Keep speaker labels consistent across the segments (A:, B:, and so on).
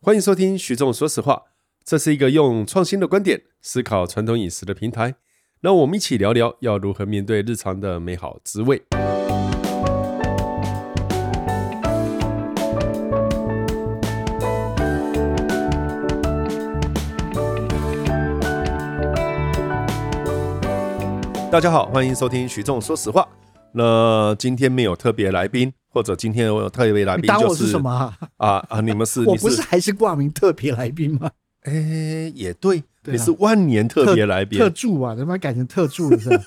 A: 欢迎收听徐总说实话，这是一个用创新的观点思考传统饮食的平台。让我们一起聊聊要如何面对日常的美好滋味。大家好，欢迎收听徐总说实话。那今天没有特别来宾，或者今天我有特别来
B: 你
A: 宾，
B: 当
A: 就
B: 我是什么、啊？
A: 啊啊！你们是
B: 我
A: 你
B: 不是还是挂名特别来宾吗？
A: 哎、也对，
B: 对
A: 你
B: 啊
A: 是万年特别来宾。
B: 特助啊，他妈改成特助了是 吧？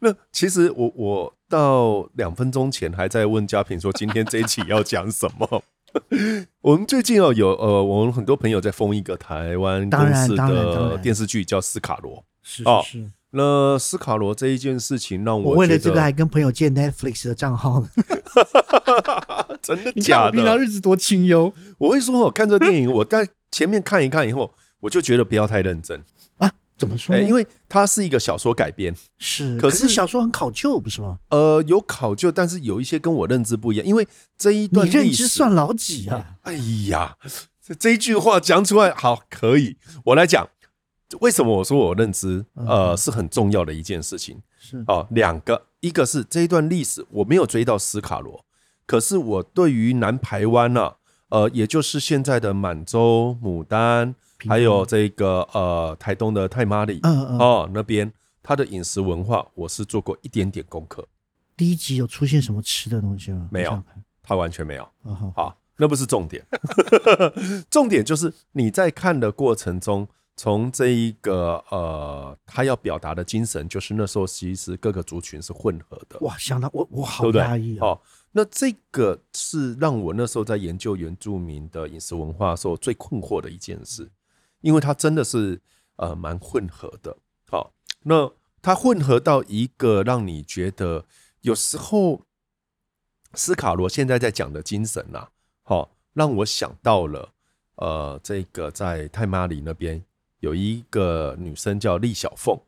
A: 那其实我我到两分钟前还在问嘉平说，今天这一期要讲什么？ 我们最近哦有呃，我们很多朋友在封一个台湾
B: 当
A: 公
B: 然
A: 司
B: 当然当
A: 的
B: 然
A: 电视剧叫《斯卡罗》。
B: 是
A: 哦
B: 是是，
A: 那斯卡罗这一件事情让
B: 我
A: 觉
B: 为
A: 得
B: 了这个还跟朋友借 Netflix 的账号呢。
A: 真的
B: 你看
A: 假
B: 我平常
A: 的？
B: 日子多清幽
A: 我会说，我哦看这电影，我在前面看一看以后，我就觉得不要太认真，
B: 啊？怎么说
A: 哎、
B: 呢？
A: 因为它是一个小说改编，
B: 是，
A: 可
B: 可
A: 是
B: 是小说很考究，不是吗？
A: 呃，有考究，但是有一些跟我认知不一样，因为这一
B: 你
A: 段
B: 认
A: 历
B: 知
A: 史，
B: 算老几啊？
A: 哎呀，这这一句话讲出来好可以，我来讲，为什么我说我认知
B: 嗯
A: 呃是很重要的一件事情
B: 是
A: 哦，两个，一个是这一段历史我没有追到斯卡罗，可是我对于南台湾呢、呃，也就是现在的满洲、牡丹，
B: 屏
A: 还有这个呃台东的泰马里、
B: 嗯嗯，嗯
A: 哦那边，它的饮食文化我是做过一点点功课。
B: 第一集有出现什么吃的东西吗？
A: 没有
B: 我想看
A: 他完全没有。
B: 啊哈，
A: 好，那不是重点， 重点就是你在看的过程中，从这一个呃，他要表达的精神，就是那时候其实各个族群是混合的，
B: 哇，想到我我
A: 对
B: 好
A: 不
B: 压抑
A: 对？
B: 啊！
A: 哦，那这个是让我那时候在研究原住民的饮食文化的时候最困惑的一件事，因为它真的是呃蛮混合的。好、那它混合到一个让你觉得有时候斯卡罗现在在讲的精神啊，好、让我想到了呃，这个在泰马里那边有一个女生叫厉小凤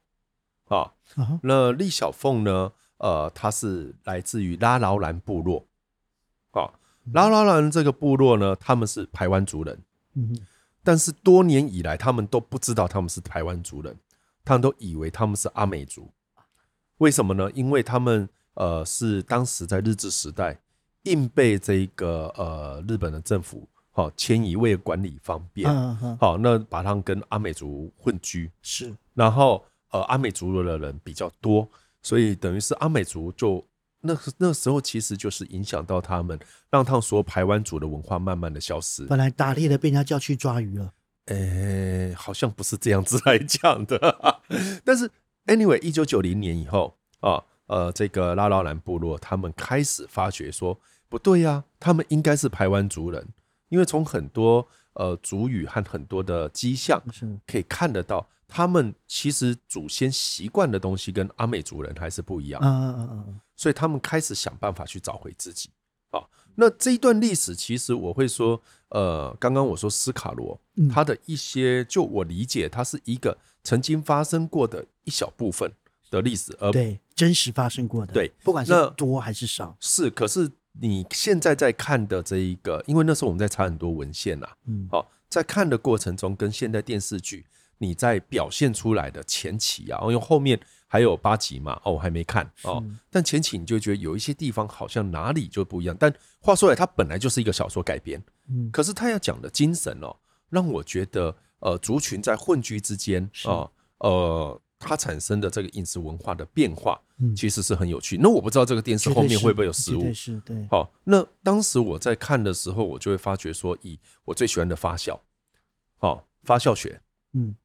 A: 啊、
B: 啊哈，
A: 那厉小凤呢？呃，她是来自于拉劳兰部落。啊，拉劳兰这个部落呢，他们是台湾族人，
B: 嗯哼，
A: 但是多年以来，他们都不知道他们是台湾族人，他们都以为他们是阿美族。为什么呢？因为他们呃是当时在日治时代硬被这个呃日本的政府好迁移，为了管理方便，
B: 嗯哼，
A: 好、那把他们跟阿美族混居。
B: 是
A: 然后呃，阿美族的人比较多，所以等于是阿美族就那那时候其实就是影响到他们，让他们所有排湾族的文化慢慢的消失。
B: 本来打猎的被人家叫去抓鱼了，
A: 诶、好像不是这样子来讲的， 但是 anyway，一九九零年以后啊，呃，这个拉劳兰部落他们开始发觉说不对呀、他们应该是排湾族人，因为从很多呃族语和很多的迹象，
B: 是嗯
A: 可以看得到，他们其实祖先习惯的东西跟阿美族人还是不一样，
B: 嗯嗯嗯嗯嗯，
A: 所以他们开始想办法去找回自己。啊，那这一段历史，其实我会说，呃，刚刚我说斯卡罗，
B: 嗯
A: 他的一些，就我理解，它是一个曾经发生过的一小部分的历史，而
B: 对，真实发生过的，
A: 对
B: 不管是
A: 那
B: 多还是少，
A: 是，可是你现在在看的这一个，因为那时候我们在查很多文献啊，
B: 嗯，
A: 好、在看的过程中，跟现在电视剧你在表现出来的前期啊，因为后面还有八集嘛，哦，我还没看哦，但前期你就觉得有一些地方好像哪里就不一样。但话说来，它本来就是一个小说改编，
B: 嗯
A: 可是他要讲的精神哦，让我觉得呃，族群在混居之间
B: 是
A: 啊、呃，它产生的这个饮食文化的变化，
B: 嗯
A: 其实是很有趣。那我不知道这个电视
B: 绝对
A: 后面
B: 是
A: 会不会有食
B: 绝
A: 物
B: 对，是对，
A: 好，那当时我在看的时候，我就会发觉说，以我最喜欢的发酵，好、发酵学，
B: 嗯，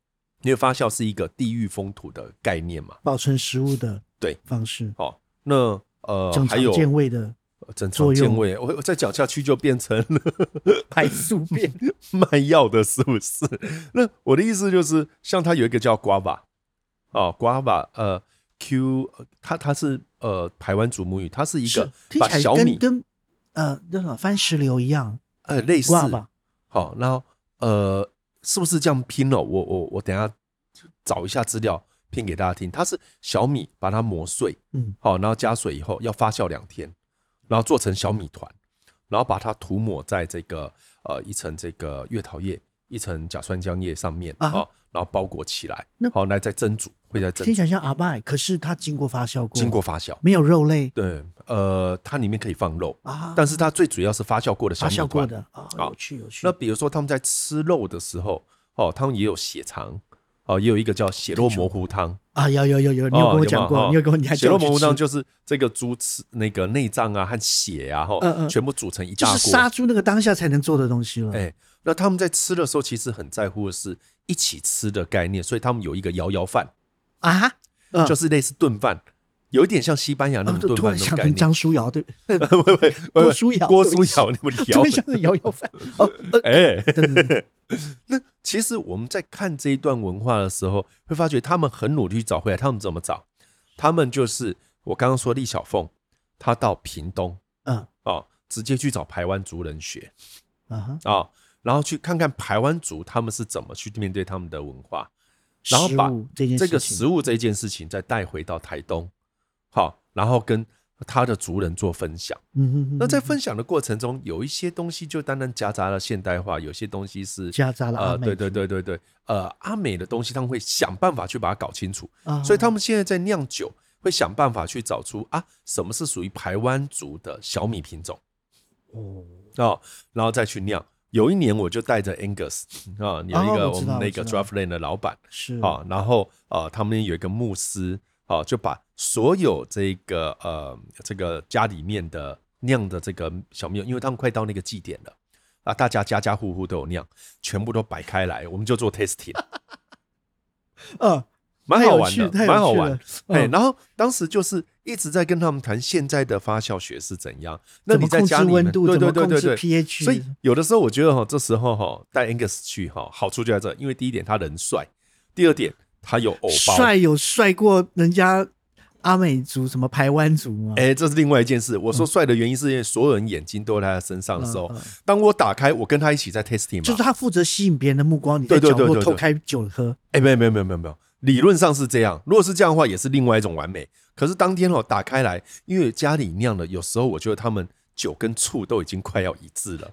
A: 因为发酵是一个地域风土的概念嘛，
B: 保存食物的
A: 对
B: 方式，
A: 好、那呃
B: 整
A: 还
B: 肠
A: 有
B: 健胃的
A: 呃整肠
B: 作
A: 健
B: 用
A: 胃，我我再讲下去就变成 了
B: 排宿便，
A: 卖药的，是不是？那我的意思就是，像它有一个叫瓜吧，哦，瓜吧，呃，Q，呃它它是呃台湾祖母语，它是 一
B: 是
A: 个
B: 听
A: 把
B: 起
A: 小
B: 来
A: 米
B: 跟跟呃那什么番石榴一样，
A: 呃类似
B: 挂吧，
A: 好，然后呃，是不是这样拼了？我我我等一下找一下资料拼给大家听。它是小米把它磨碎，
B: 嗯，
A: 好，然后加水以后要发酵两天，然后做成小米团，然后把它涂抹在这个呃一层这个月桃叶、一层甲酸浆叶上面
B: 啊
A: 啊、
B: 哈
A: 哦然后包裹起来
B: 那，
A: 好、来再蒸煮，会再蒸
B: 听
A: 煮，
B: 起来像阿拜，可是它经过发酵过，
A: 经过发酵。
B: 没有肉类
A: 对，呃，它里面可以放肉，
B: 啊，
A: 但是它最主要是发酵过的
B: 发
A: 小米
B: 酵过
A: 团。
B: 的啊，
A: 好
B: 有趣有趣。
A: 那比如说他们在吃肉的时候，哦，他们也有血肠，哦，也有一个叫血肉模糊汤。
B: 啊，有有有有，你有跟我讲过，
A: 哦
B: 你有跟我，你还
A: 血
B: 叫
A: 肉
B: 我去
A: 模糊汤
B: 吃，
A: 就是这个猪吃那个内脏啊和血啊，哈、
B: 嗯嗯
A: 全部煮成一
B: 就
A: 大锅。
B: 是杀猪那个当下才能做的东西了。
A: 哎、那他们在吃的时候，其实很在乎的是一起吃的概念，所以他们有一个摇摇饭，
B: 啊，嗯
A: 就是类似炖饭，有一点像西班牙那
B: 啊
A: 种炖
B: 我突
A: 饭
B: 然
A: 那
B: 想
A: 种概
B: 成
A: 念。
B: 张书瑶，对，
A: 喂喂喂喂
B: 郭书瑶
A: 郭
B: 对不
A: 书
B: 起
A: 瑶那么
B: 突
A: 聊
B: 然，想成摇摇饭。哦，呃
A: 哎，
B: 等等等
A: 那其实我们在看这一段文化的时候，会发觉他们很努力去找回来。他们怎么找？他们就是我刚刚说厉小凤，她到屏东
B: 嗯
A: 啊、直接去找台湾族人学
B: 啊哈，
A: 啊、然后去看看台湾族他们是怎么去面对他们的文化。 然后
B: 食
A: 把
B: 物这件
A: 这
B: 事
A: 个
B: 情
A: 食物这件事情再带回到台东，好，然后跟他的族人做分享。
B: 嗯哼哼
A: 那在分享的过程中，有一些东西就单单夹杂了现代化，有些东西是
B: 夹杂了阿
A: 呃，
B: 美
A: 对对
B: 族
A: 对对对，呃，阿美的东西他们会想办法去把它搞清楚，
B: 啊
A: 所以他们现在在酿酒会想办法去找出啊，什么是属于台湾族的小米品种。
B: 哦
A: 哦，然后再去酿。有一年我就带着 Angus 啊、有一
B: 哦
A: 个
B: 我
A: 我
B: 知道
A: 们
B: 我
A: 那个
B: 知道
A: Draft Lane 的老板
B: 是
A: 啊、然后呃，他们有一个牧师啊、就把所有这个呃这个家里面的酿的这个小米酒，因为他们快到那个祭典了啊，大家家家户户都有酿，全部都摆开来，我们就做 tasting，
B: 呃，
A: 蛮
B: 太
A: 好
B: 有
A: 玩
B: 趣
A: 的，
B: 太有
A: 蛮好
B: 趣
A: 玩
B: 了。
A: 哎，
B: 嗯
A: 然后当时就是一直在跟他们谈现在的发酵学是怎样，那
B: 怎
A: 你
B: 么
A: 在
B: 控制
A: 家里面，
B: 温度，
A: 对
B: 怎
A: 对
B: 么
A: 对
B: 控
A: 对
B: 制
A: 对，
B: pH，
A: 所以有的时候我觉得哈，这时候哈带 Angus 去哈，好处就在这，因为第一点他人帅，第二点他有偶包，
B: 哦帅有帅过人家阿美族什么排湾族吗？
A: 哎、这是另外一件事。我说帅的原因是因为所有人眼睛都在他身上的时候，
B: 嗯嗯嗯
A: 当我打开我跟他一起在 tasting 嘛，
B: 就是他负责吸引别人的目光，你
A: 对
B: 在
A: 对
B: 角
A: 对
B: 落
A: 对对
B: 偷开酒喝，
A: 哎、没有没有没有没有没有，理论上是这样。如果是这样的话，也是另外一种完美。可是当天哦，打开来，因为家里酿的，有时候我觉得他们酒跟醋都已经快要一致了，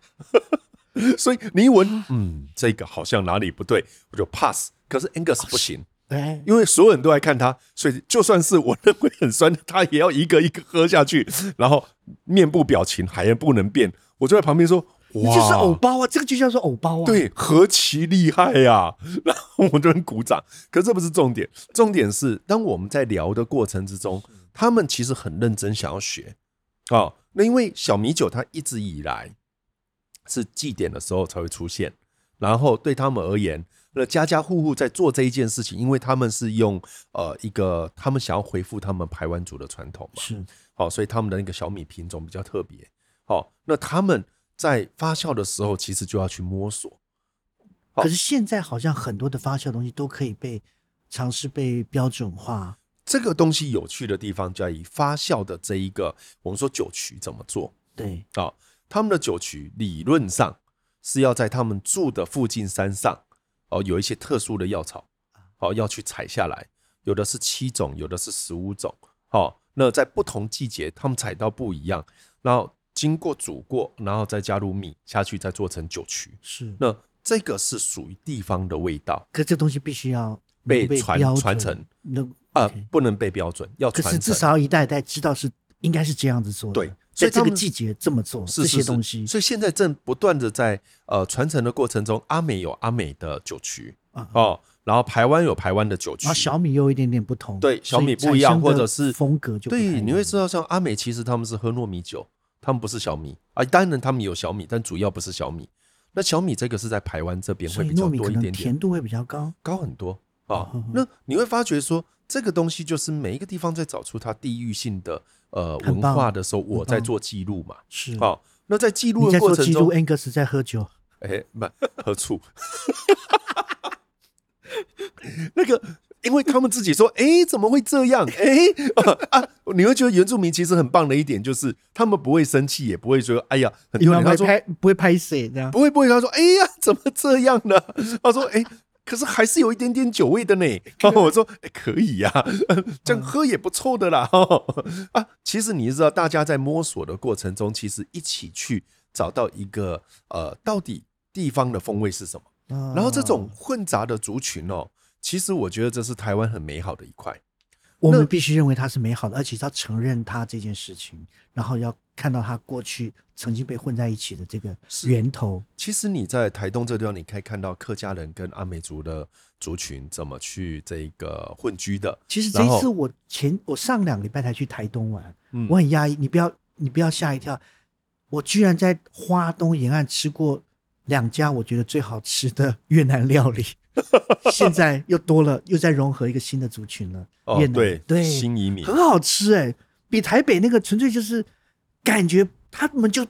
A: 所以你一闻，嗯，这个好像哪里不对，我就 pass。可是 Angus 不行，
B: 哎，
A: 因为所有人都在看他，所以就算是我认为很酸的，他也要一个一个喝下去，然后面部表情还不能变。我就在旁边说：“
B: 那
A: 哇，
B: 就是偶包啊，这个就叫做偶包啊。，
A: 对，何其厉害呀、 然后我就很鼓掌。可这不是重点，重点是当我们在聊的过程之中，他们其实很认真想要学哦。那因为小米酒它一直以来是祭典的时候才会出现，然后对他们而言，那家家户户在做这一件事情，因为他们是用呃一个他们想要恢复他们排湾族的传统嘛，
B: 是
A: 好、所以他们的那个小米品种比较特别。好、那他们在发酵的时候，其实就要去摸索。好
B: 可是现在好像很多的发酵的东西都可以被尝试被标准化，
A: 这个东西有趣的地方在于发酵的这一个，我们说酒曲怎么做
B: 对，
A: 啊、他们的酒曲理论上是要在他们住的附近山上哦，有一些特殊的药草
B: 啊
A: 哦要去采下来，有的是七种，有的是十五种。哦，那在不同季节他们采到不一样，然后经过煮过，然后再加入米下去，再做成酒曲。
B: 是。
A: 那这个是属于地方的味道
B: 可这个东西必须要
A: 被
B: 能够
A: 传
B: 标准
A: 传承，
B: 能
A: 啊、
B: OK
A: 不能被标准，要
B: 可
A: 传
B: 是
A: 承。
B: 至少要一代一代知道是应该是这样子做的，
A: 对所
B: 在
A: 以
B: 这
A: 他
B: 个
A: 们
B: 季节这么做
A: 是
B: 这
A: 是
B: 些
A: 是
B: 东西
A: 所以现在正不断的在呃传承的过程中，阿美有阿美的酒曲
B: 啊
A: 哦，然后台湾有台湾的酒曲
B: 然后，啊小米又有一点点不同，
A: 对小
B: 所以
A: 米不
B: 产
A: 一样，
B: 生
A: 或
B: 的
A: 者是
B: 风格就不太一
A: 对，
B: 样
A: 你会知道像阿美其实他们是喝糯米酒，他们不是小米啊，当然他们有小米，但主要不是小米。那小米这个是在台湾这边
B: 所
A: 会
B: 以
A: 比
B: 糯
A: 较
B: 米
A: 多
B: 可
A: 一
B: 能
A: 点点
B: 甜，度会比较高，
A: 高很多
B: 哦
A: 啊
B: 呵呵。
A: 那你会发觉说，这个东西就是每一个地方在找出它地域性的呃
B: 很
A: 文
B: 棒
A: 化的时候，我
B: 很
A: 在
B: 棒
A: 做记录嘛。
B: 是。
A: 好，那在记录的
B: 你在
A: 过
B: 做
A: 程
B: 记
A: 中
B: 录，恩格斯在喝 酒，
A: 哎，不，何处？ 那个，因为他们自己说，哎，怎么会这样？哎啊，你会觉得原住民其实很棒的一点就是，他们不会生气，也不会说，哎呀，很
B: 因
A: 丢脸。
B: 为
A: 他
B: 不会
A: 说
B: 拍不会拍谁这样，
A: 不会，不会。他说，哎呀，怎么这样呢？他说，哎。可是还是有一点点酒味的呢。然后我说，哎可以呀、 呃这样喝也不错的啦。 哦、啊，其实你知道，大家在摸索的过程中，其实一起去找到一个呃，到底地方的风味是什么。然
B: 然
A: 后这种混杂的族群哦，其实我觉得这是台湾很美好的一块。
B: 我
A: 那
B: 们必须认为它是美好的，而且要承认它这件事情，然后要看到它过去曾经被混在一起的这个源头。
A: 其实你在台东这地方，你可以看到客家人跟阿美族的族群怎么去这个混居的。
B: 其实这
A: 然后
B: 一次我前我上两个礼拜才去台东玩，
A: 嗯
B: 我很压抑，你不要你不要吓一跳，我居然在花东沿岸吃过两家我觉得最好吃的越南料 理，现在又多了，又在融合一个新的族群了。
A: 哦
B: 越南
A: 对
B: 对
A: 新移民
B: 很好吃哎、比台北那个纯粹就是感觉他们就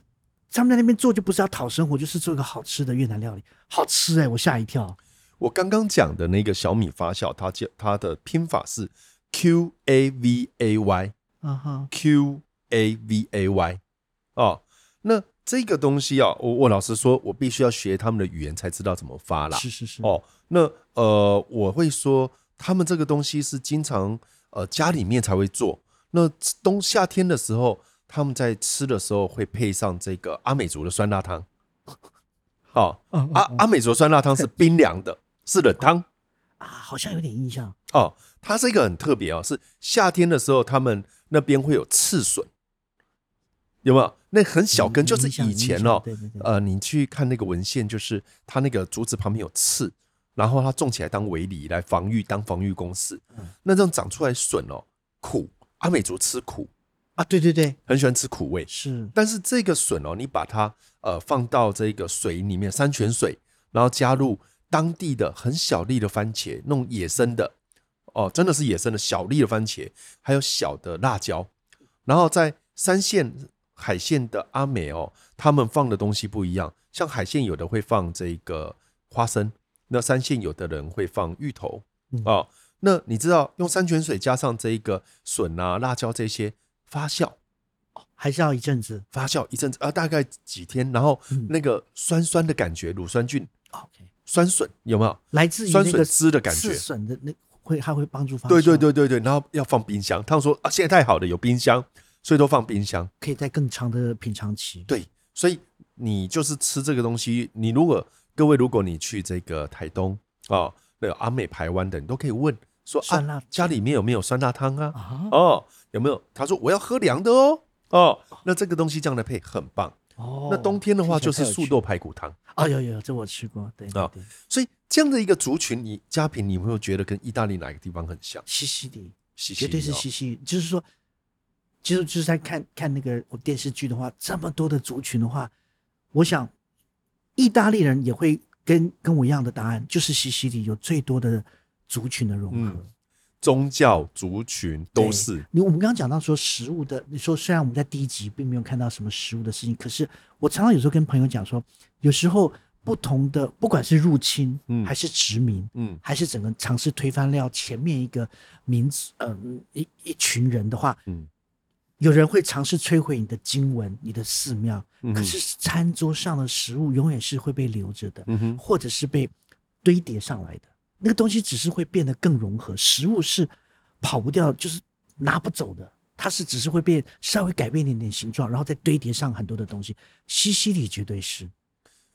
B: 他们在那边做就不是要讨生活，就是做一个好吃的越南料理，好吃哎、我吓一跳。
A: 我刚刚讲的那个小米发酵，它叫它的拼法是 Q A V A Y
B: 啊哈，
A: Q A V A Y 哦，那这个东西啊，我我老实说，我必须要学他们的语言才知道怎么发啦。
B: 是是是，
A: 哦，那呃，我会说他们这个东西是经常呃家里面才会做。那冬夏天的时候，他们在吃的时候会配上这个阿美族的酸辣汤。哦，
B: 嗯，
A: 阿、
B: 啊啊
A: 阿美族酸辣汤是冰凉的，是冷汤
B: 啊，好像有点印象。
A: 哦。它这个很特别哦，是夏天的时候，他们那边会有刺笋，有没有？那很小根，
B: 嗯
A: 就是
B: 有印象
A: 以前
B: 有印
A: 哦
B: 象，对对对
A: 呃，你去看那个文献，就是它那个竹子旁边有刺，然后它种起来当围篱来防御，当防御工事。
B: 嗯
A: 那这样长出来笋哦，苦，阿美族吃苦，
B: 啊，对对对，
A: 很喜欢吃苦味。
B: 是
A: 但是这个笋哦，你把它呃放到这个水里面，山泉水，然后加入当地的很小粒的番茄，弄野生的哦，真的是野生的小粒的番茄，还有小的辣椒，然后在三线海线的阿美哦，他们放的东西不一样，像海线有的会放这个花生，那三线有的人会放芋头
B: 嗯
A: 哦。那你知道用山泉水加上这个笋啊、辣椒这些发酵，
B: 还是要一阵子。
A: 发酵一阵子啊，大概几天，然后
B: 嗯
A: 那个酸酸的感觉，乳酸菌
B: OK，
A: 酸笋有没有？
B: 来自于
A: 哦酸
B: 那
A: 笋
B: 个
A: 汁的感觉
B: 刺笋的那会，它会帮助发酵，
A: 对对，对对对，然后要放冰箱。他们说啊，现在太好了，有冰箱，所以都放冰箱。
B: 可以在更长的品尝期。
A: 对，所以你就是吃这个东西，你如果各位如果你去这个台东啊、哦，那有阿美排湾的，你都可以问说
B: 酸辣
A: 啊，家里面有没有酸辣汤啊？
B: 啊，
A: 哦，有没有？他说我要喝凉的哦。哦，那这个东西这样的配很棒。
B: 哦
A: 那冬天的话就是
B: 素
A: 素豆排骨汤。
B: 啊，有有有，这我吃过，对对
A: 啊
B: 对，
A: 所以这样的一个族群，你家平，你有没有觉得跟意大利哪个地方很像？
B: 西西里
A: 西西
B: 绝
A: 里
B: 对是
A: 哦
B: 西西，就是说，其实就是在看看那个电视剧的话，这么多的族群的话，我想意大利人也会跟跟我一样的答案，就是西西里有最多的族群的融合。
A: 嗯宗教族群都是
B: 你我们刚刚讲到说食物的，你说虽然我们在第一集并没有看到什么食物的事情，可是我常常有时候跟朋友讲说，有时候不同的不管是入侵
A: 嗯
B: 还是殖民，
A: 嗯
B: 还是整个尝试推翻掉前面一个民族，嗯、一一群人的话，
A: 嗯
B: 有人会尝试摧毁你的经文、你的寺庙，
A: 嗯
B: 可是餐桌上的食物永远是会被留着的，
A: 嗯哼
B: 或者是被堆叠上来的。那个东西只是会变得更融合，食物是跑不掉，就是拿不走的。它是只是会变稍微改变一点点形状，然后再堆叠上很多的东西。西西里绝对是，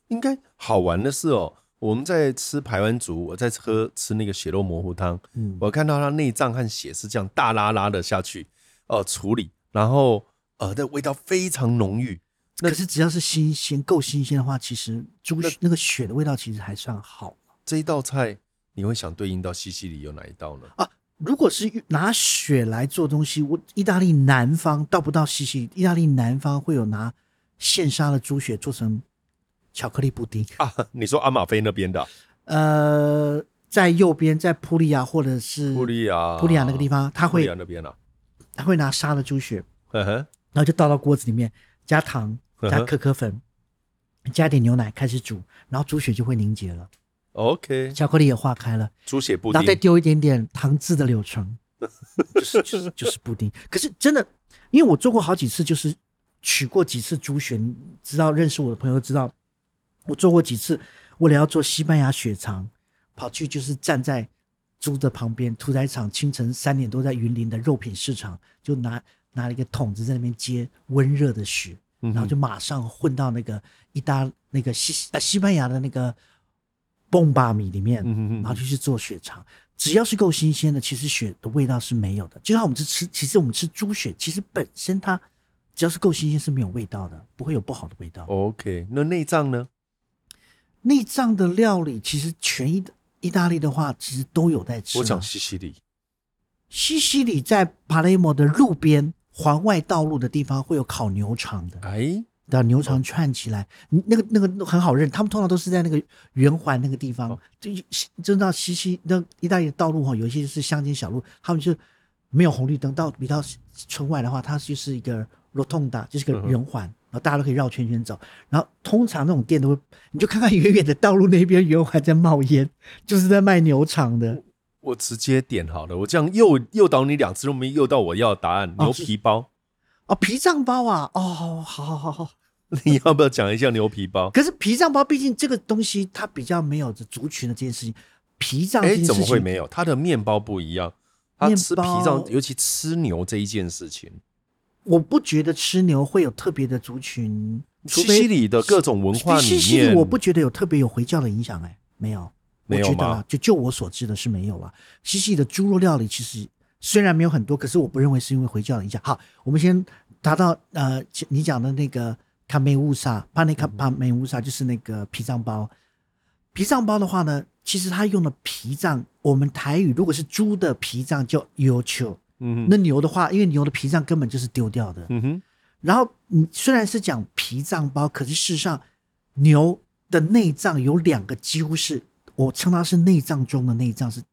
A: 应该好玩的是哦，我们在吃排湾族，我在喝吃那个血肉模糊汤，
B: 嗯，
A: 我看到它内脏和血是这样大拉拉的下去，呃，处理，然后呃，那味道非常浓郁，那
B: 可是只要是新鲜，够新鲜的话，其实猪血那个血的味道其实还算好
A: 这一道菜你会想对应到西西里有哪一道呢？
B: 啊。如果是拿血来做东西，我意大利南方到不到西西里，意大利南方会有拿现杀的猪血做成巧克力布丁。
A: 啊，你说阿马菲那边的啊
B: 呃，在右边，在普利亚或者是
A: 布利亚，
B: 普利亚那个地方，他
A: 布利
B: 会
A: 亚那边啊，
B: 他会拿杀的猪血，
A: 嗯哼，
B: 然后就倒到锅子里面，加糖，加
A: 嗯哼
B: 可可粉，加点牛奶开始煮，然后猪血就会凝结了，
A: ，OK，
B: 巧克力也化开了。
A: 猪血布
B: 然后再
A: 丁，
B: 丢一点点糖渍的柳 橙，就是就是就是布丁。可是真的，因为我做过好几次，就是取过几次猪血，你知道认识我的朋友知道，我做过几次，为了要做西班牙血肠，跑去就是站在猪的旁边，屠宰场清晨三点多在云林的肉品市场，就拿拿了一个桶子在那边接温热的血，
A: 嗯哼
B: 然后就马上混到那个意大那个西呃西班牙的那个蹦巴米里面，
A: 嗯哼嗯哼
B: 然后就去做血肠。只要是够新鲜的，其实血的味道是没有的。就像我们吃吃，其实我们吃猪血，其实本身它只要是够新鲜是没有味道的，不会有不好的味道。
A: 哦 OK，那内脏呢？
B: 内脏的料理其实全意意大利的话，其实都有在吃啊。
A: 我讲西西里。
B: 西西里在帕雷莫的路边环外道路的地方会有烤牛肠的，
A: 哎，
B: 把牛肠串起来，你那个那个很好认。他们通常都是在那个圆环那个地方
A: 哦，
B: 就就到西西那意大利的道路哈，有一些是乡间小路，他们就没有红绿灯，到比较村外的话，它就是一个 rotonda，就是个
A: 嗯哼
B: 圆环，然后大家都可以绕圈圈走。然后通常那种店都会，你就看看远远的道路那边圆环在冒烟，就是在卖牛肠的。
A: 我直接点好了，我这样诱诱导你两次都没诱到我要的答案。
B: 哦
A: 牛皮包，
B: 哦，脾脏包啊，哦，好好好好。
A: 你要不要讲一下牛皮包？
B: 可是脾脏包毕竟这个东西它比较没有着族群的这件事情，脾脏这
A: 哎，
B: 件事
A: 怎
B: 情
A: 么会没有？它的面包不一样，它
B: 面
A: 吃脾
B: 包
A: 脏，尤其吃牛这一件事情，
B: 我不觉得吃牛会有特别的族群，除
A: 西
B: 非
A: 西里的各种文化里
B: 西西里
A: 面，
B: 我不觉得有特别有回教的影响，哎，没有，
A: 没有
B: 我觉得啊
A: 吗
B: 啦，就就我所知的是没有了。西西里的猪肉料理其实虽然没有很多，可是我不认为是因为回教的影响。好，我们先达到呃你讲的那个卡梅乌萨帕内卡帕梅乌萨，就是那个脾脏包。脾脏包的话呢，其实它用的脾脏，我们台语如果是猪的脾脏叫 u 球，
A: 嗯
B: 那
A: 哼，
B: 牛的话，因为牛的脾脏根本就是丢掉的，
A: 嗯哼，
B: 然后你虽然是讲脾脏包，可是事实上牛的内脏有两个几乎是我称它是内脏中的内脏，是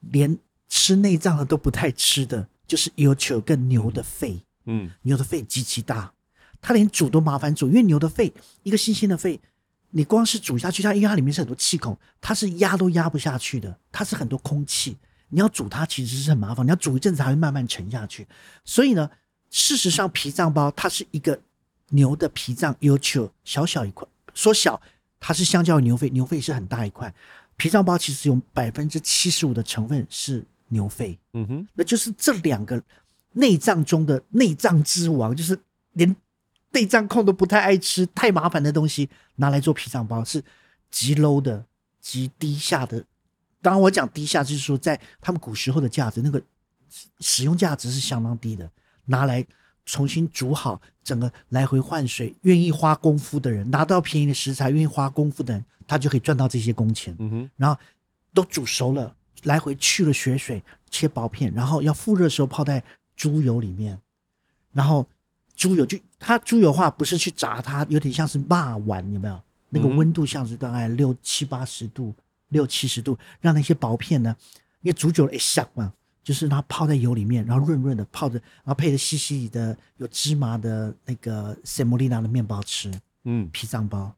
B: 连吃内脏的都不太吃的，就是有球跟牛的肺。
A: 嗯
B: 牛的肺极其大，它连煮都麻烦煮，因为牛的肺一个新鲜的肺，你光是煮下去，它因为它里面是很多气孔，它是压都压不下去的，它是很多空气，你要煮它其实是很麻烦，你要煮一阵子才会慢慢沉下去。所以呢，事实上脾脏包它是一个牛的脾脏 u t u 小小一块，说小它是相较于牛肺，牛肺是很大一块，脾脏包其实有百分之七十五的成分是牛肺。
A: 嗯哼，
B: 那就是这两个内脏中的内脏之王，就是连内脏控都不太爱吃、太麻烦的东西，拿来做脾脏包是极 low 的、极低下的。当然，我讲低下就是说，在他们古时候的价值，那个使用价值是相当低的，拿来重新煮好，整个来回换水，愿意花功夫的人，拿到便宜的食材，愿意花功夫的人，他就可以赚到这些工钱。
A: 嗯哼，
B: 然后都煮熟了，来回去了血水，切薄片，然后要复热的时候泡在猪油里面，然后猪油就它猪油的话不是去炸它，有点像是骂丸，有没有？那个
A: 嗯
B: 温度像是大概六七八十度，六七十度，让那些薄片呢，因为煮久了也香嘛，就是让它泡在油里面，然后润润的泡着，然后配着细细的有芝麻的那个塞莫利娜的面包吃，
A: 嗯，
B: 脾脏包。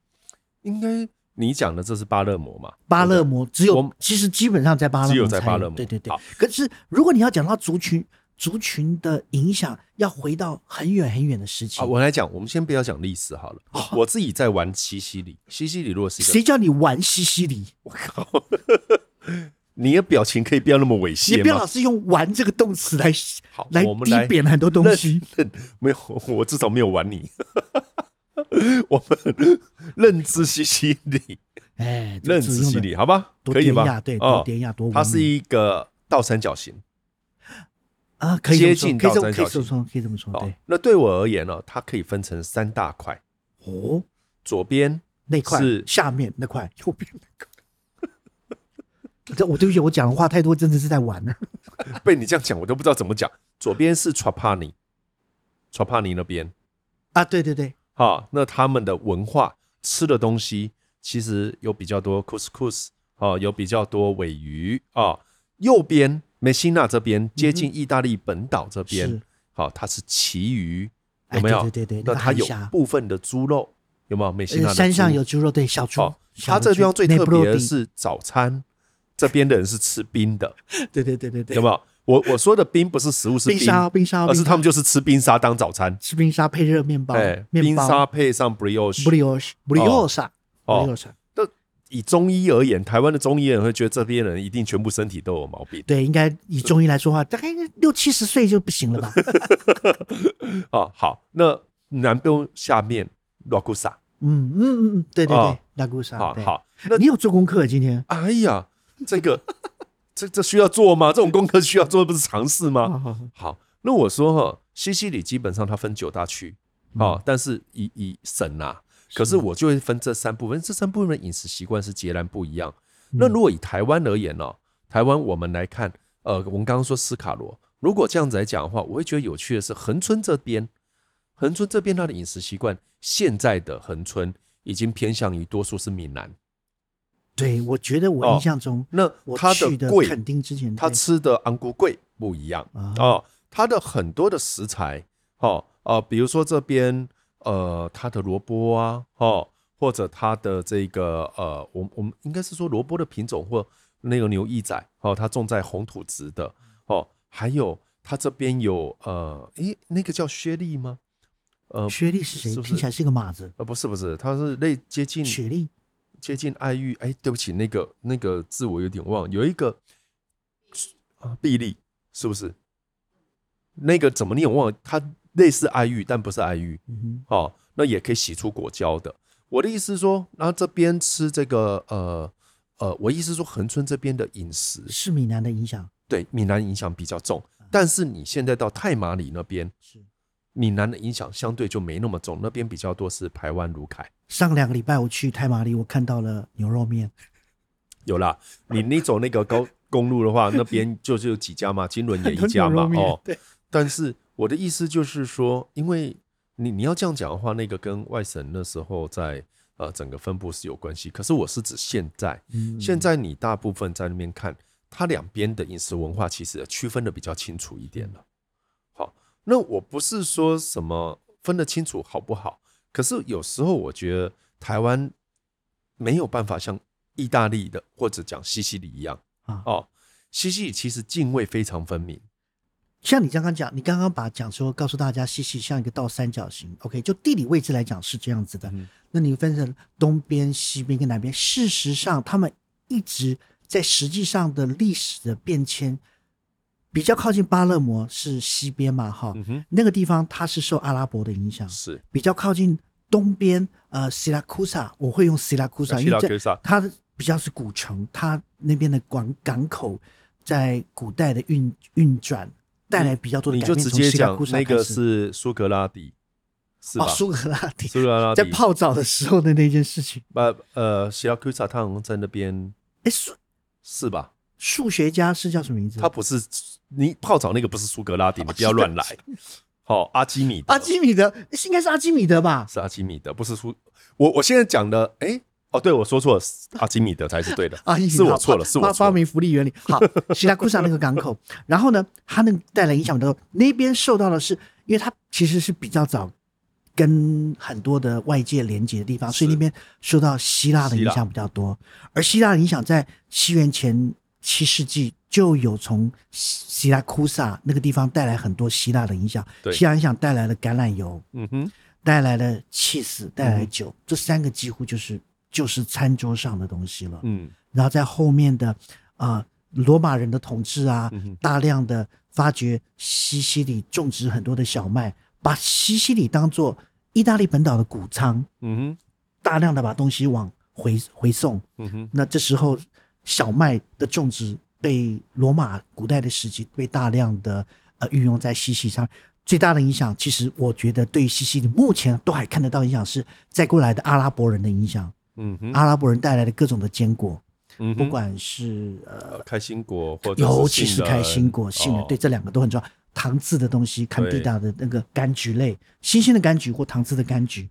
A: 应该你讲的这是巴勒摩嘛？
B: 巴勒摩只
A: 我
B: 有
A: 们，
B: 其实基本上在巴勒摩
A: 只有在巴勒
B: 才
A: 摩
B: 对对对
A: 好。
B: 可是如果你要讲到族群，族群的影响要回到很远很远的时期。
A: 啊，我来讲，我们先不要讲历史好了。
B: 哦
A: 我自己在玩西西里，西西里如果是一个，
B: 谁叫你玩西西里？
A: 你的表情可以不要那么猥
B: 你
A: 亵
B: 不要
A: 吗
B: 老？是用“玩”这个动词来
A: 好
B: 来
A: 我们
B: 低
A: 来
B: 贬很多东西。
A: 没有，我至少没有玩你。 我们认知西西 里，
B: 哎，这
A: 认
B: 个
A: 知
B: 词用
A: 西
B: 的
A: 里，好吧？
B: 多
A: 可以
B: 典
A: 吧？
B: 雅对
A: 哦
B: 多典雅多文
A: 它是
B: 明
A: 一个倒三角形。
B: 啊，可以
A: 接
B: 这么
A: 近
B: 说
A: 到
B: 可以这么可以
A: 三角
B: 这
A: 形
B: 么说，可以这么说，
A: 哦
B: 对。，
A: 那对我而言呢、它可以分成三大块，
B: 哦，
A: 左边
B: 那块
A: 是
B: 下面那块， 右边那块。这我对不起，我讲的话太多，真的是在玩啊了。
A: 被你这样讲，我都不知道怎么讲。左边是 Trapani，Trapani 那边，
B: 啊，对对对，
A: 哈，那他们的文化吃的东西其实有比较多 couscous 啊，有比较多尾鱼啊。右边梅西纳这边接近意大利本岛这边
B: 嗯是，
A: 好、它是旗鱼，
B: 哎
A: 有没有？
B: 对对对对
A: 那
B: 那个
A: 它
B: 海
A: 有
B: 峡
A: 部分的猪肉，有没有？梅西纳
B: 呃，
A: 的
B: 山上
A: 猪
B: 有猪肉，对，小猪。
A: 哦，
B: 小
A: 它这个地方最
B: 猪
A: 特别的，
B: 内布洛
A: 是早餐，这边的人是吃冰的，
B: 蒂对对对 对对，
A: 有没有？我我说的冰不是食物，是
B: 冰沙哦冰沙哦
A: 而是
B: 冰沙
A: 他们就是吃冰沙当早餐。
B: 吃冰沙配热面包，
A: 哎，
B: 面
A: 冰
B: 包
A: 沙配上 brioche，
B: 布里奥什布里奥沙布
A: 哦
B: 里奥沙，
A: 那以中医而言，台湾的中医人会觉得这边人一定全部身体都有毛病
B: 对，应该以 中医来说话，大概六七十岁就不行了吧？
A: 啊。好，那南边下面拉古萨，
B: 嗯嗯嗯嗯，对对对
A: 哦，
B: 拉古萨，
A: 好
B: 对，
A: 好，那
B: 你有做功课今天？
A: 哎呀，这个 这这需要做吗？这种功课需要做，不是尝试吗？
B: 哦好好好
A: 好，那我说哈，西西里基本上它分九大区啊、哦但是以以省啊啦、可是我就会分这三部分，这三部分的饮食习惯是截然不一样。
B: 嗯
A: 那如果以台湾而言哦，台湾我们来看，呃，我们刚刚说斯卡罗，如果这样子来讲的话，我会觉得有趣的是，恒春这边，恒春这边它的饮食习惯，现在的恒春已经偏向于多数是闽南，
B: 对，我觉得我
A: 哦
B: 印象中，
A: 那
B: 我
A: 它
B: 去的
A: 贵，
B: 垦丁之前，
A: 他
B: 对
A: 吃的昂咕贵不一样
B: 啊
A: 哦，他的很多的食材哦呃，比如说这边呃，他的萝卜啊哦，或者他的这个呃，我们我们应该是说萝卜的品种或那个牛翼仔哦，它种在红土质的哦，还有他这边有呃，诶，那个叫薛栗吗？呃，
B: 雪莉是谁？
A: 是不嗯
B: 听起
A: 是？
B: 来是个马子，
A: 呃，不是不是，它是类接近
B: 雪莉
A: 接近爱欲，哎，对不起，那个那个字我有点忘，有一个啊，臂力是不是？那个怎么念我忘了？它类似爱欲，但不是爱欲
B: 嗯
A: 哦。那也可以洗出果胶的。我的意思是说，然后这边吃这个呃呃，我意思是说，恒春这边的饮食
B: 哼，是闽南的影响，
A: 对闽南影响比较重，但是你现在到太马里那边，
B: 是
A: 闽南的影响相对就没那么重，那边比较多是台湾卢凯。
B: 上两个礼拜我去太麻里，我看到了牛肉面，
A: 有啦， 你你走那个高公路的话，那边就是有几家嘛，金轮 也一家嘛
B: 很多，牛肉面
A: 哦。
B: 对，
A: 但是我的意思就是说，因为你你要这样讲的话，那个跟外省那时候在呃整个分布是有关系。可是我是指现在，
B: 嗯
A: 现在你大部分在那边看，它两边的饮食文化其实区分的比较清楚一点
B: 嗯
A: 了。好，那我不是说什么分得清楚好不好，可是有时候我觉得台湾没有办法像意大利的或者讲西西里一样
B: 啊
A: 哦，西西里其实泾渭非常分明，
B: 像你刚刚讲，你刚刚把讲说告诉大家，西西像一个倒三角形，OK，就地理位置来讲是这样子的。
A: 嗯
B: 那你分成东边、西边跟南边，事实上他们一直在实际上的历史的变迁，比较靠近巴勒摩是西边嘛，哈、
A: 嗯哼，
B: 那个地方它是受阿拉伯的影响，
A: 嗯是
B: 比较靠近东边，呃，西拉库萨，我会用西拉库萨，
A: 西
B: 啊因为
A: 拉
B: 这
A: 克萨
B: 它的比较是古城，它那边的港港口在古代的运运转带来比较多的
A: 你
B: 改
A: 就
B: 变。
A: 直
B: 从
A: 接
B: 希腊
A: 讲
B: 库萨
A: 那
B: 开
A: 个
B: 始
A: 是苏格拉底，是吧？
B: 哦，苏格拉底
A: 苏格拉底
B: 在泡澡的时候的那件事情。
A: 呃呃，西拉克萨他好像在那边
B: 哎，数
A: 是吧？
B: 数学家是叫什么名字？
A: 他不是你泡澡那个不是苏格拉底，你不要乱 来。好、阿基米德
B: 阿基米德，应该是阿基米德吧？。
A: 是阿基米德，不是苏。我我现在讲的，哎、哦，对我说错了，是阿基米德才是对的
B: 啊，
A: 是我错了，是我
B: 发
A: 错
B: 发
A: 了。
B: 明福利原理。 好，希拉库萨那个港口，然后呢，它那个带来影响的时候，那边受到的是，因为它其实是比较早跟很多的外界连接的地方，所以
A: 是
B: 那边受到希腊的
A: 希
B: 影
A: 腊
B: 响比较多。而希腊的影响在西元前七世纪就有从希希拉库萨那个地方带来很多希腊的影响，
A: 对
B: 希腊影响带来了橄榄油，
A: 嗯哼，
B: 带来了 cheese，带来酒，这三个几乎就是就是餐桌上的东西了。
A: 嗯，
B: 然后在后面的啊、呃罗马人的统治啊
A: 嗯哼，
B: 大量的发掘西西里种植很多的小麦，把西西里当做意大利本岛的谷仓，
A: 嗯哼，
B: 大量的把东西往回回送。
A: 嗯哼，
B: 那这时候小麦的种植被罗马古代的时期被大量的呃运用在西西上。最大的影响，其实我觉得对于西西里目前都还看得到影响，是再过来的阿拉伯人的影响，
A: 嗯哼，
B: 阿拉伯人带来的各种的坚果，
A: 嗯
B: 啊不
A: 哼，
B: 管是呃
A: 呃开心果或者
B: 尤其是
A: 杏仁
B: 开心果、杏仁，
A: 哦
B: 对这两个都很重要。糖制的东西，坎地达的那个柑橘类，新鲜的柑橘或糖制的柑橘，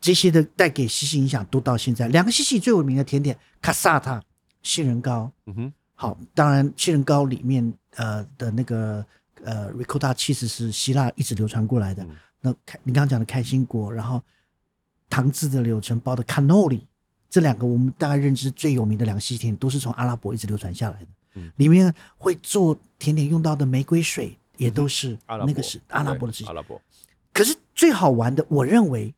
B: 这些的带给西西影响都到现在。两个西西最有名的甜点，卡萨塔杏仁糕，
A: 嗯哼，
B: 好，当然杏仁糕里面呃的那个呃 ricotta cheese 是希腊一直流传过来的。
A: 嗯
B: 那开你刚刚讲的开心果，然后糖制的柳橙包的 cannoli，这两个我们大概认知最有名的两个西甜，都是从阿拉伯一直流传下来的。
A: 嗯
B: 里面会做甜点用到的玫瑰水，也都是、
A: 嗯阿拉伯
B: 那个是阿拉伯的事
A: 对
B: 情
A: 阿。拉伯，
B: 可是最好玩的，我认为，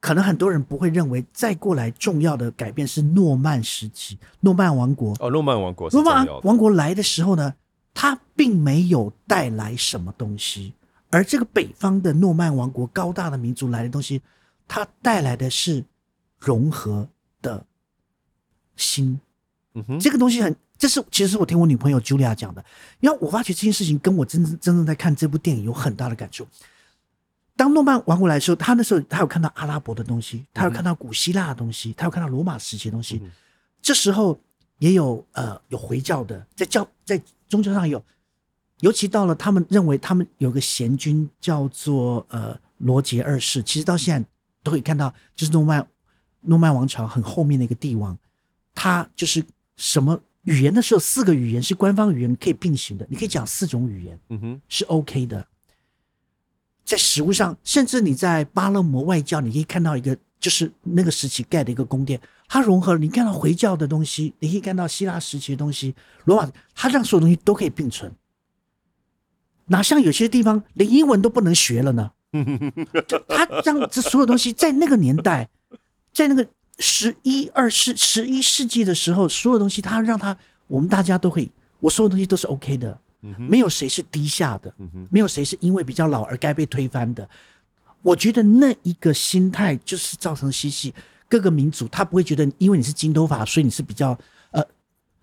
B: 可能很多人不会认为，再过来重要的改变是诺曼时期，诺曼王国。
A: 哦，诺曼王国是
B: 罗
A: 重
B: 马
A: 要的，
B: 王国来的时候呢，它并没有带来什么东西，而这个北方的诺曼王国高大的民族来的东西，它带来的是融合的心。
A: 嗯哼，
B: 这个东西很，这是其实是我听我女朋友 Julia 讲的。然后我发觉这件事情跟我真真正在看这部电影有很大的感触。当诺曼王国来的时候，他那时候他有看到阿拉伯的东西，他有看到古希腊的东西，他有看到罗马时期的东西。
A: 嗯
B: 这时候也有呃有回教的，在教在宗教上有，尤其到了他们认为他们有个贤君叫做呃罗杰二世，其实到现在都可以看到，就是诺曼诺曼王朝很后面的一个帝王，他就是什么语言的时候，四个语言是官方语言可以并行的，你可以讲四种语言
A: 嗯哼，
B: 是 OK 的。在食物上，甚至你在巴勒摩外教，你可以看到一个就是那个时期盖的一个宫殿，它融合了你看到回教的东西，你可以看到希腊时期的东西，罗马，它让所有东西都可以并存。哪像有些地方连英文都不能学了呢？就它让这所有东西在那个年代，在那个十一二世十一世纪的时候，所有东西它让它我们大家都会，我所有东西都是 OK 的，没有谁是低下的，没有谁是因为比较老而该被推翻的。我觉得那一个心态就是造成西西各个民族，他不会觉得因为你是金头发，所以你是比较呃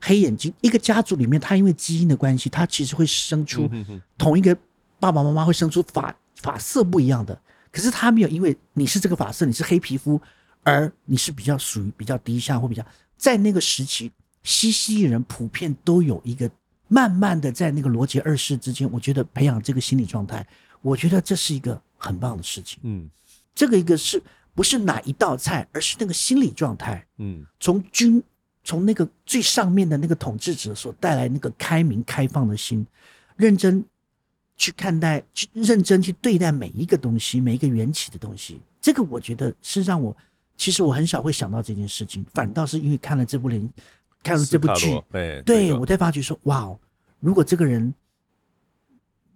B: 黑眼睛。一个家族里面，他因为基因的关系，他其实会生出同一个爸爸妈妈会生出发发色不一样的，可是他没有因为你是这个发色，你是黑皮肤，而你是比较属于比较低下或比较在那个时期，西西人普遍都有一个慢慢的在那个罗杰二世之间，我觉得培养这个心理状态，我觉得这是一个很棒的事情。
A: 嗯
B: 这个一个是不是哪一道菜，而是那个心理状态，
A: 嗯
B: 从君从那个最上面的那个统治者所带来那个开明开放的心，认真去看待，去认真去对待每一个东西，每一个缘起的东西。这个我觉得是让我，其实我很少会想到这件事情，反倒是因为看了这部连，看了这部剧，，
A: 哎，
B: 对
A: 这个
B: 我才发觉说，哇哦，如果这个人，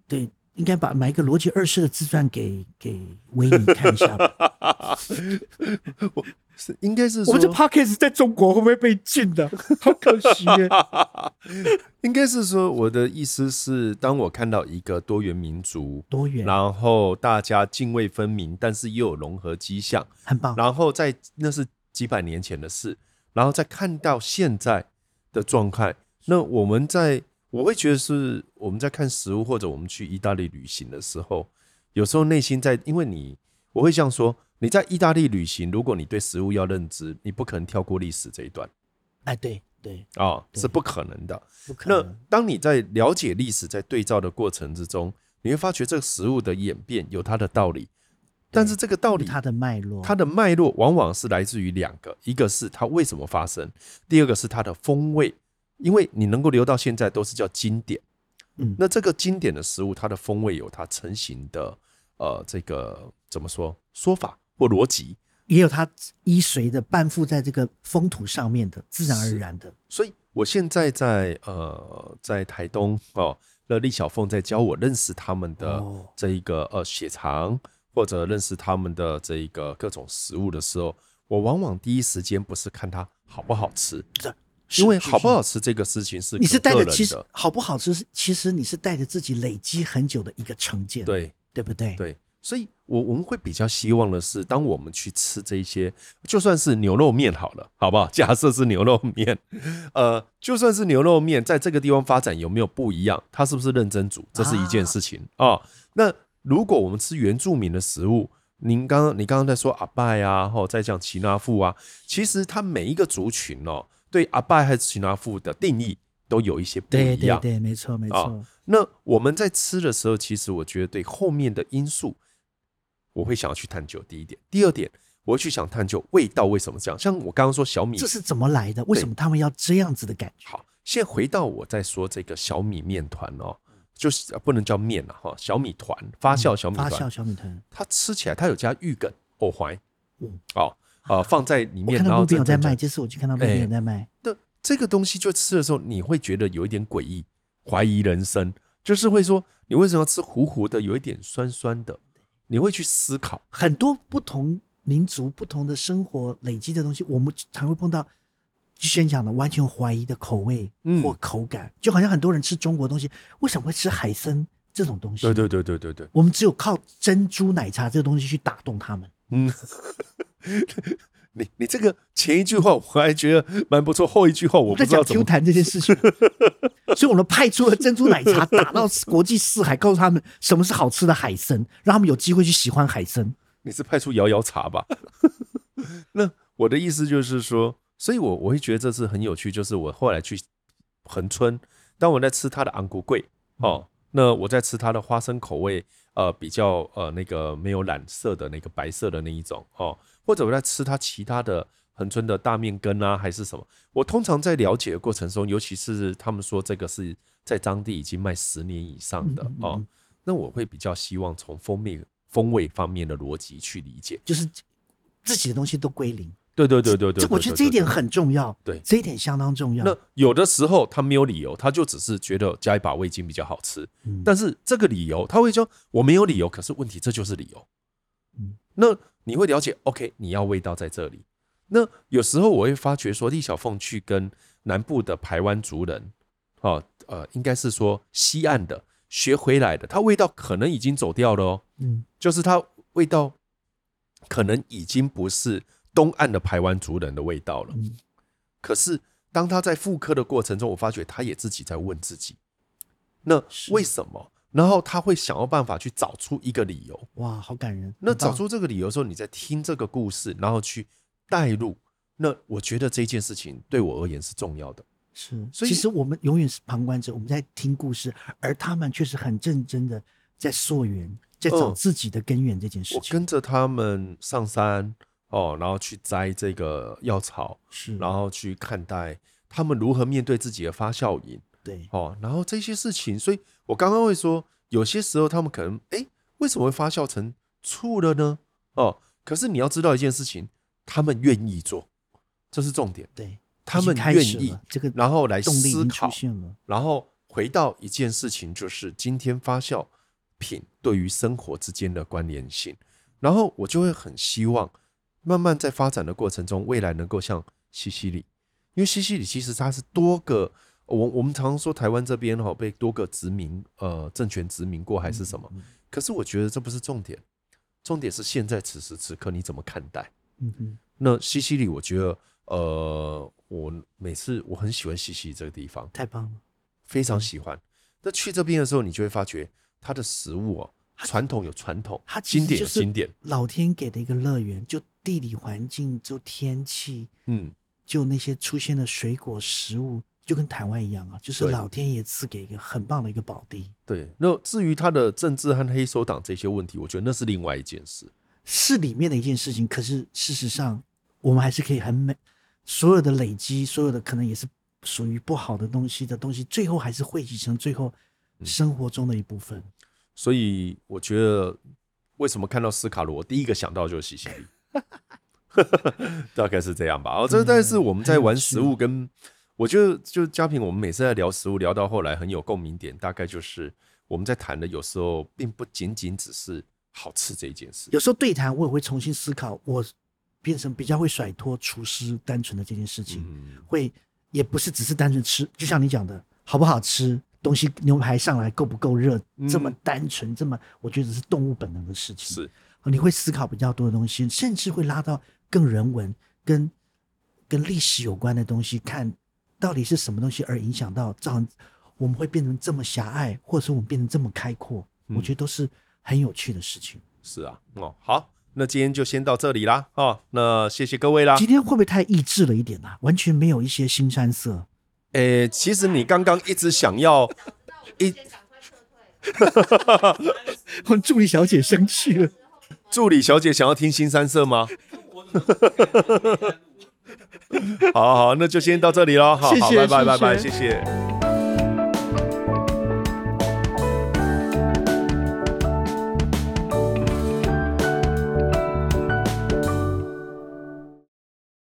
B: 对，应该把买一个罗辑二世的自传给给维尼看一下吧。
A: 是应该是
B: 我
A: 说
B: 们这 p o c k e t 在中国会不会被禁的？好可惜啊耶！
A: 应该是说，我的意思是，当我看到一个多元民族，
B: 多元，
A: 然后大家泾渭分明，但是又有融合迹象，
B: 很棒。
A: 然后在那是几百年前的事，然后再看到现在的状态，那我们在我会觉得是我们在看食物或者我们去意大利旅行的时候，有时候内心在，因为你我会这样说，你在意大利旅行，如果你对食物要认知，你不可能跳过历史这一段
B: 哎，对对，
A: 啊、
B: 对
A: 是不可能的。
B: 不可
A: 那
B: 能。
A: 当你在了解历史、在对照的过程之中，你会发觉这个食物的演变有它的道理，但是这个道理
B: 它的脉络，
A: 它的脉络往往是来自于两个，一个是它为什么发生，第二个是它的风味，因为你能够留到现在都是叫经典。
B: 嗯
A: 那这个经典的食物，它的风味有它成型的呃这个怎么说说法或逻辑，
B: 也有它依随的伴附在这个风土上面的，自然而然的。
A: 所以我现在在呃在台东哦，那李小凤在教我认识他们的
B: 哦
A: 这一个、呃血肠，或者认识他们的这一个各种食物的时候，我往往第一时间不是看它好不好吃，
B: 是
A: 因为
B: 是
A: 好不
B: 是
A: 好吃这个事情是
B: 你是带
A: 个
B: 着
A: 人
B: 其实
A: 的，
B: 好不好吃是，其实你是带着自己累积很久的一个成见，
A: 对
B: 对不对？
A: 对，所以我我们会比较希望的是，当我们去吃这一些，就算是牛肉面好了，好不好？ 假设是牛肉面，呃，就算是牛肉面，在这个地方发展有没有不一样？它是不是认真煮？这是一件事情啊、哦那如果我们吃原住民的食物，您刚刚你刚刚在说阿拜啊，或在讲奇纳富啊，其实它每一个族群哦，对阿拜还是奇纳富的定义都有一些不
B: 对
A: 一
B: 对
A: 样。
B: 对，没错没
A: 啊
B: 错。
A: 那我们在吃的时候，其实我觉得对后面的因素，我会想要去探究。第一点，第二点，我会去想探究味道为什么这样。像我刚刚说小米
B: 这是怎么来的？为什么他们要这样子的感觉？
A: 好，现在回到我在说这个小米面团哦，就是呃不能叫面了哈，小米团发酵小米
B: 嗯发
A: 团，
B: 酵小米团，
A: 它吃起来它有加芋梗、藕怀，
B: 嗯
A: 哦，呃，放在里
B: 我
A: 面，
B: 看
A: 然
B: 到
A: 后
B: 路边有在
A: 再
B: 卖，这次我去看到路
A: 哎
B: 边有在卖，
A: 那这个东西就吃的时候，你会觉得有一点诡异，怀疑人生，就是会说你为什么要吃糊糊的，有一点酸酸的，你会去思考。
B: 很多不同民族、不同的生活累积的东西，我们常会碰到。就先讲的完全怀疑的口味
A: 嗯
B: 或口感，就好像很多人吃中国东西，为什么会吃海参？这种东西。
A: 对对对对对对，
B: 我们只有靠珍珠奶茶这个东西去打动他们。
A: 嗯，你你这个前一句话我还觉得蛮不错，后一句话我
B: 我
A: 不
B: 在
A: 知道
B: 讲
A: 怎
B: Q
A: 么。
B: 弹这件事情，所以我们派出了珍珠奶茶打到国际四海，告诉他们什么是好吃的海参，让他们有机会去喜欢海参。
A: 你是派出摇摇茶吧？那我的意思就是说，所以我我会觉得这次很有趣，就是我后来去恒春，当我在吃它的昂古桂哦，那我在吃它的花生口味，呃，比较呃那个没有染色的那个白色的那一种哦，或者我在吃它其他的恒春的大面羹啊，还是什么，我通常在了解的过程中，尤其是他们说这个是在当地已经卖十年以上的
B: 嗯嗯嗯
A: 哦，那我会比较希望从风味风味方面的逻辑去理解。
B: 就是自己的东西都归零。
A: 对对对对对，
B: 这我觉得这一点很重要，
A: 对
B: 这一点相当重要。
A: 那有的时候他没有理由，他就只是觉得加一把味精比较好吃。
B: 嗯
A: 但是这个理由他会说我没有理由，可是问题这就是理由。
B: 嗯
A: 那你会了解，OK，你要味道在这里。那有时候我会发觉说，厉小凤去跟南部的台湾族人，哦，呃，应该是说西岸的学回来的，它味道可能已经走掉了哦。
B: 嗯，
A: 就是它味道可能已经不是东岸的排湾族人的味道了。
B: 嗯
A: 可是当他在复刻的过程中，我发觉他也自己在问自己，那
B: 是
A: 为什么？然后他会想要办法去找出一个理由。
B: 哇，好感人。
A: 那
B: 很棒
A: 找出这个理由的时候，你在听这个故事，然后去带入。那我觉得这件事情对我而言是重要的。
B: 是，
A: 所以
B: 其实我们永远是旁观者，我们在听故事，而他们却是很认真的在溯源，在找
A: 嗯
B: 自己的根源这件事
A: 我
B: 情。
A: 跟着他们上山哦，然后去摘这个药草，
B: 是，
A: 然后去看待他们如何面对自己的发酵饮
B: 对，
A: 哦，然后这些事情，所以我刚刚会说，有些时候他们可能哎，诶为什么会发酵成醋了呢？哦，可是你要知道一件事情，他们愿意做，这是重点，
B: 对，
A: 他
B: 已经
A: 们
B: 开
A: 愿
B: 始
A: 意
B: 了，这个
A: 然后来
B: 动力已
A: 思
B: 经出
A: 考，
B: 现了。
A: 然后回到一件事情，就是今天发酵品对于生活之间的关联性。然后我就会很希望，慢慢在发展的过程中，未来能够像西西里，因为西西里其实它是多个，我我们常说台湾这边哈、被多个殖民呃政权殖民过还是什么，可是我觉得这不是重点，重点是现在此时此刻你怎么看待。
B: 嗯哼，
A: 那西西里，我觉得呃，我每次我很喜欢西西里这个地方。
B: 太棒了。
A: 非常喜欢。那去这边的时候，你就会发觉它的食物哦，传统有传统
B: 它，其
A: 经
B: 实
A: 典
B: 就
A: 有
B: 是
A: 经典，
B: 老天给的一个乐园，就地理环境，就天气，
A: 嗯，
B: 就那些出现的水果食物，就跟台湾一样啊，就是
A: 对
B: 老天爷赐给一个很棒的一个宝地。
A: 对。那至于它的政治和黑手党这些问题，我觉得那是另外一件事。
B: 是里面的一件事情，可是事实上，我们还是可以很美，所有的累积，所有的可能也是属于不好的东西的东西，最后还是汇集成最后生活中的一部分。
A: 所以我觉得，为什么看到斯卡罗，我第一个想到就是西西里， 大概是这样吧。哦，
B: 嗯
A: 这但是我们在玩食物跟，我觉得就嘉平，我们每次在聊食物聊到后来很有共鸣点，大概就是我们在谈的有时候并不仅仅只是好吃这一件事。
B: 有时候对谈，我也会重新思考，我变成比较会甩脱厨师单纯的这件事情，
A: 嗯。
B: 会也不是只是单纯吃，就像你讲的好不好吃，东西牛排上来够不够热，这么
A: 嗯
B: 单纯，这么我觉得是动物本能的事情。哦
A: 是，
B: 你会思考比较多的东西，甚至会拉到更人文、跟跟历史有关的东西，看到底是什么东西而影响到，造成我们会变成这么狭隘，或者说我们变成这么开阔，我觉得都是很有趣的事情。
A: 是啊，哦，好，那今天就先到这里啦，哦，那谢谢各位啦。
B: 今天会不会太益智了一点啊？完全没有一些新山色。
A: 诶，其实你刚刚一直想要，一
B: 我助理小姐生气了，
A: 助理小姐想要听新三色吗？ 好好好，那就先到这里喽，好，
B: 谢
A: 哦好，
B: 谢
A: 拜拜拜
B: 谢
A: 拜，
B: 谢
A: 谢谢。